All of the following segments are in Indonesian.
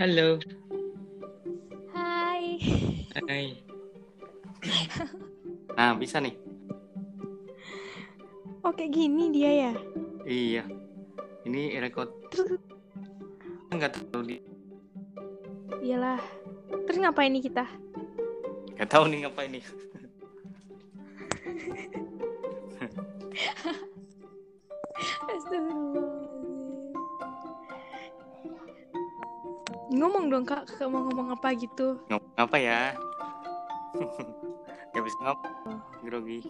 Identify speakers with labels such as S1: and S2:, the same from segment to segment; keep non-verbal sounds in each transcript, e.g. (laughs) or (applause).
S1: Halo.
S2: Hai.
S1: Hai. Nah, bisa nih.
S2: Oke Oh, gini dia ya.
S1: Iya. Ini record
S2: Terus
S1: enggak tahu di
S2: iyalah. Terus ngapain nih kita?
S1: enggak tahu nih ngapain nih.
S2: Astagfirullahaladzim. Ngomong dong kak, kakak mau ngomong apa gitu?
S1: Ngomong apa ya? (laughs) Gak bisa ngomong. Grogi.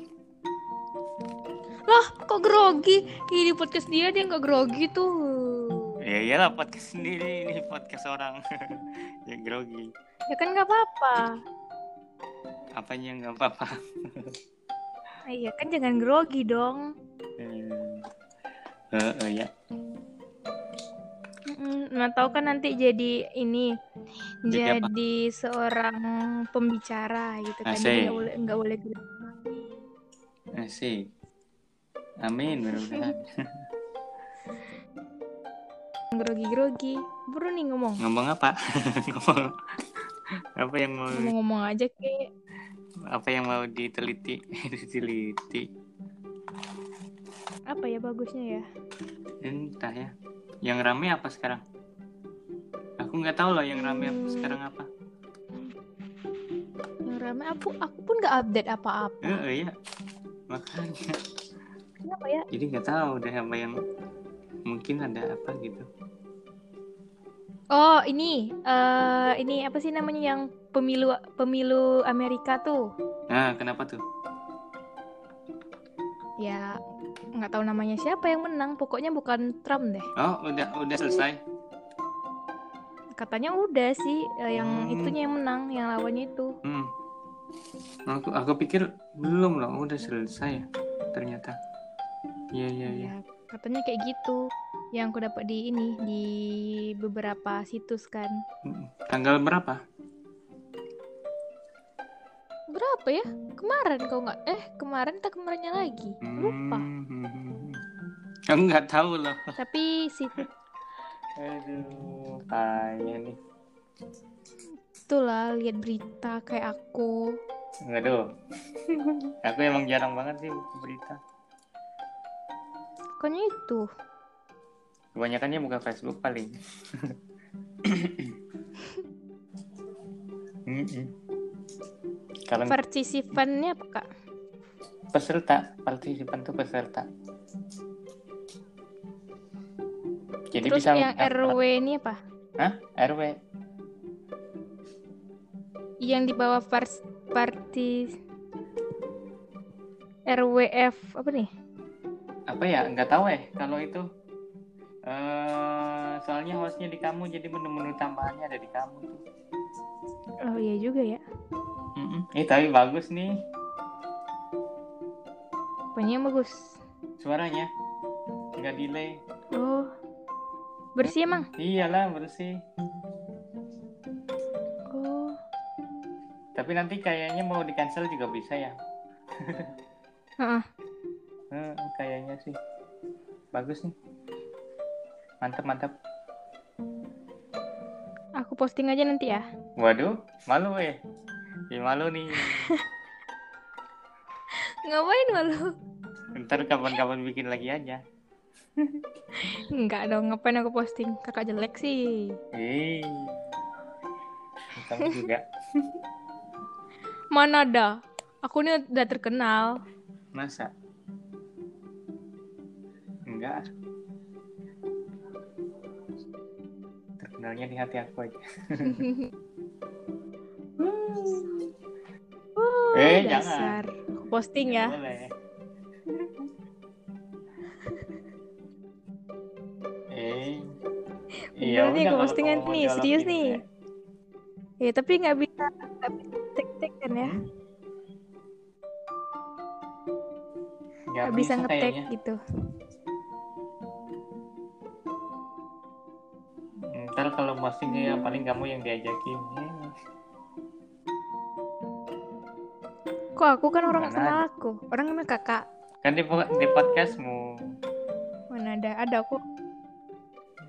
S2: Loh, kok grogi? Ih, di podcast dia dia nggak grogi tuh.
S1: Ya iyalah podcast sendiri ini podcast orang. (laughs) ya grogi.
S2: Ya kan nggak apa-apa.
S1: Apanya nggak apa-apa.
S2: Nah, Iya kan jangan grogi dong.
S1: Eh, eh, eh, ya.
S2: Mm-mm. Nah tahu kan nanti jadi ini
S1: Jadi
S2: jadi,
S1: apa?
S2: seorang pembicara gitu kan?
S1: Asik.
S2: Jadi nggak boleh nggak boleh grogi.
S1: Asik. Eh, Amin, mudah-mudahan.
S2: grogi-grogi buru nih ngomong
S1: Ngomong apa? (laughs) Ngomong apa yang mau
S2: ngomong-ngomong aja kayak
S1: apa yang mau diteliti (laughs) diteliti
S2: apa ya bagusnya ya
S1: entah ya yang rame apa sekarang aku nggak tahu loh yang rame apa
S2: Hmm.
S1: sekarang apa
S2: yang rame aku aku pun nggak update apa-apa
S1: eh eh, ya makanya
S2: kenapa ya
S1: jadi nggak tahu deh apa yang mungkin ada apa gitu
S2: oh ini eh ini apa sih namanya yang pemilu pemilu Amerika tuh
S1: nah kenapa tuh
S2: ya nggak tahu namanya siapa yang menang pokoknya bukan Trump deh
S1: oh udah udah selesai
S2: katanya udah sih eh, yang
S1: Hmm.
S2: itunya yang menang yang lawannya itu
S1: hmm. aku aku pikir belum loh udah selesai ya ternyata iya iya iya
S2: ya katanya kayak gitu yang aku dapat di ini di beberapa situs kan
S1: Mm-mm. tanggal berapa
S2: berapa ya kemarin kau nggak eh kemarin tak kemarinnya lagi lupa
S1: Hmm. Aku nggak tahu loh.
S2: tapi
S1: Aduh, tanya nih.
S2: situlah lihat berita kayak aku
S1: Aduh, aku emang jarang banget sih buka berita.
S2: pokoknya itu
S1: Kebanyakannya buka Facebook paling. Mm-mm. Kalau
S2: partisipannya apa kak
S1: peserta, partisipan tuh peserta. Jadi
S2: terus
S1: bisa
S2: yang
S1: mendaftar.
S2: RW ini apa
S1: Hah? RW.
S2: yang di bawah pars- partis RWF apa nih
S1: apa ya nggak tahu eh kalau itu eh soalnya hostnya di kamu jadi menu-menu tambahannya ada di kamu tuh
S2: oh iya juga ya
S1: eh tapi bagus nih
S2: pokoknya yang bagus
S1: suaranya nggak delay
S2: oh bersih emang
S1: iyalah bersih
S2: oh
S1: tapi nanti kayaknya mau di cancel juga bisa ya
S2: Heeh.
S1: Eh, kayaknya sih bagus nih mantap mantap
S2: aku posting aja nanti ya
S1: waduh malu eh Ih, malu nih
S2: ngapain malu
S1: ntar kapan-kapan bikin lagi aja
S2: Enggak dong, ngapain aku posting? Kakak jelek sih.
S1: eh kamu juga
S2: Mana ada? Aku ini udah terkenal.
S1: Masa? Enggak. Terkenalnya di hati aku aja.
S2: Hmm. Wuh,
S1: Eh,
S2: dasar. Aku posting ya. (laughs)
S1: Boleh. eh.
S2: Bener nih,
S1: Iya, udah,
S2: gue
S1: kalau
S2: posting
S1: kamu
S2: nanti
S1: mau
S2: nih,
S1: dialog
S2: serius
S1: gini
S2: nih.
S1: deh.
S2: Ya, tapi nggak bisa nggak bisa tag-tag kan
S1: Hmm?
S2: ya.
S1: Nggak
S2: Nggak
S1: bisa
S2: bisa nge-tag
S1: kayaknya.
S2: gitu.
S1: Ntar kalau posting ya
S2: Hmm.
S1: paling kamu yang diajakin. Hmm.
S2: Kok aku kan orang
S1: Mana
S2: kenal aku. Orang namanya kakak.
S1: Kan di, po- di podcastmu.
S2: Mana ada? Ada aku.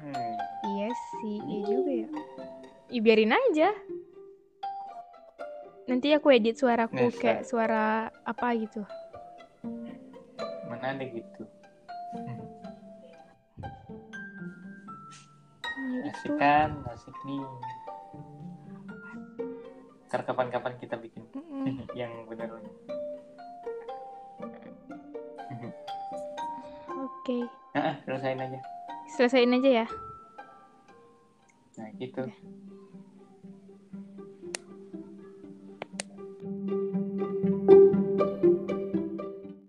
S1: Hmm.
S2: Iya sih, iya juga ya. Ya, biarin aja. Nanti aku edit suaraku
S1: Nesa.
S2: kayak suara apa gitu.
S1: Mana ada gitu.
S2: Nah, itu.
S1: Asik kan? Asik nih. Ntar kapan-kapan kita bikin (laughs)
S2: Mm-mm.
S1: yang benar lagi.
S2: Oke.
S1: Nah, ah, selesain aja.
S2: Selesaiin aja ya.
S1: Nah, gitu.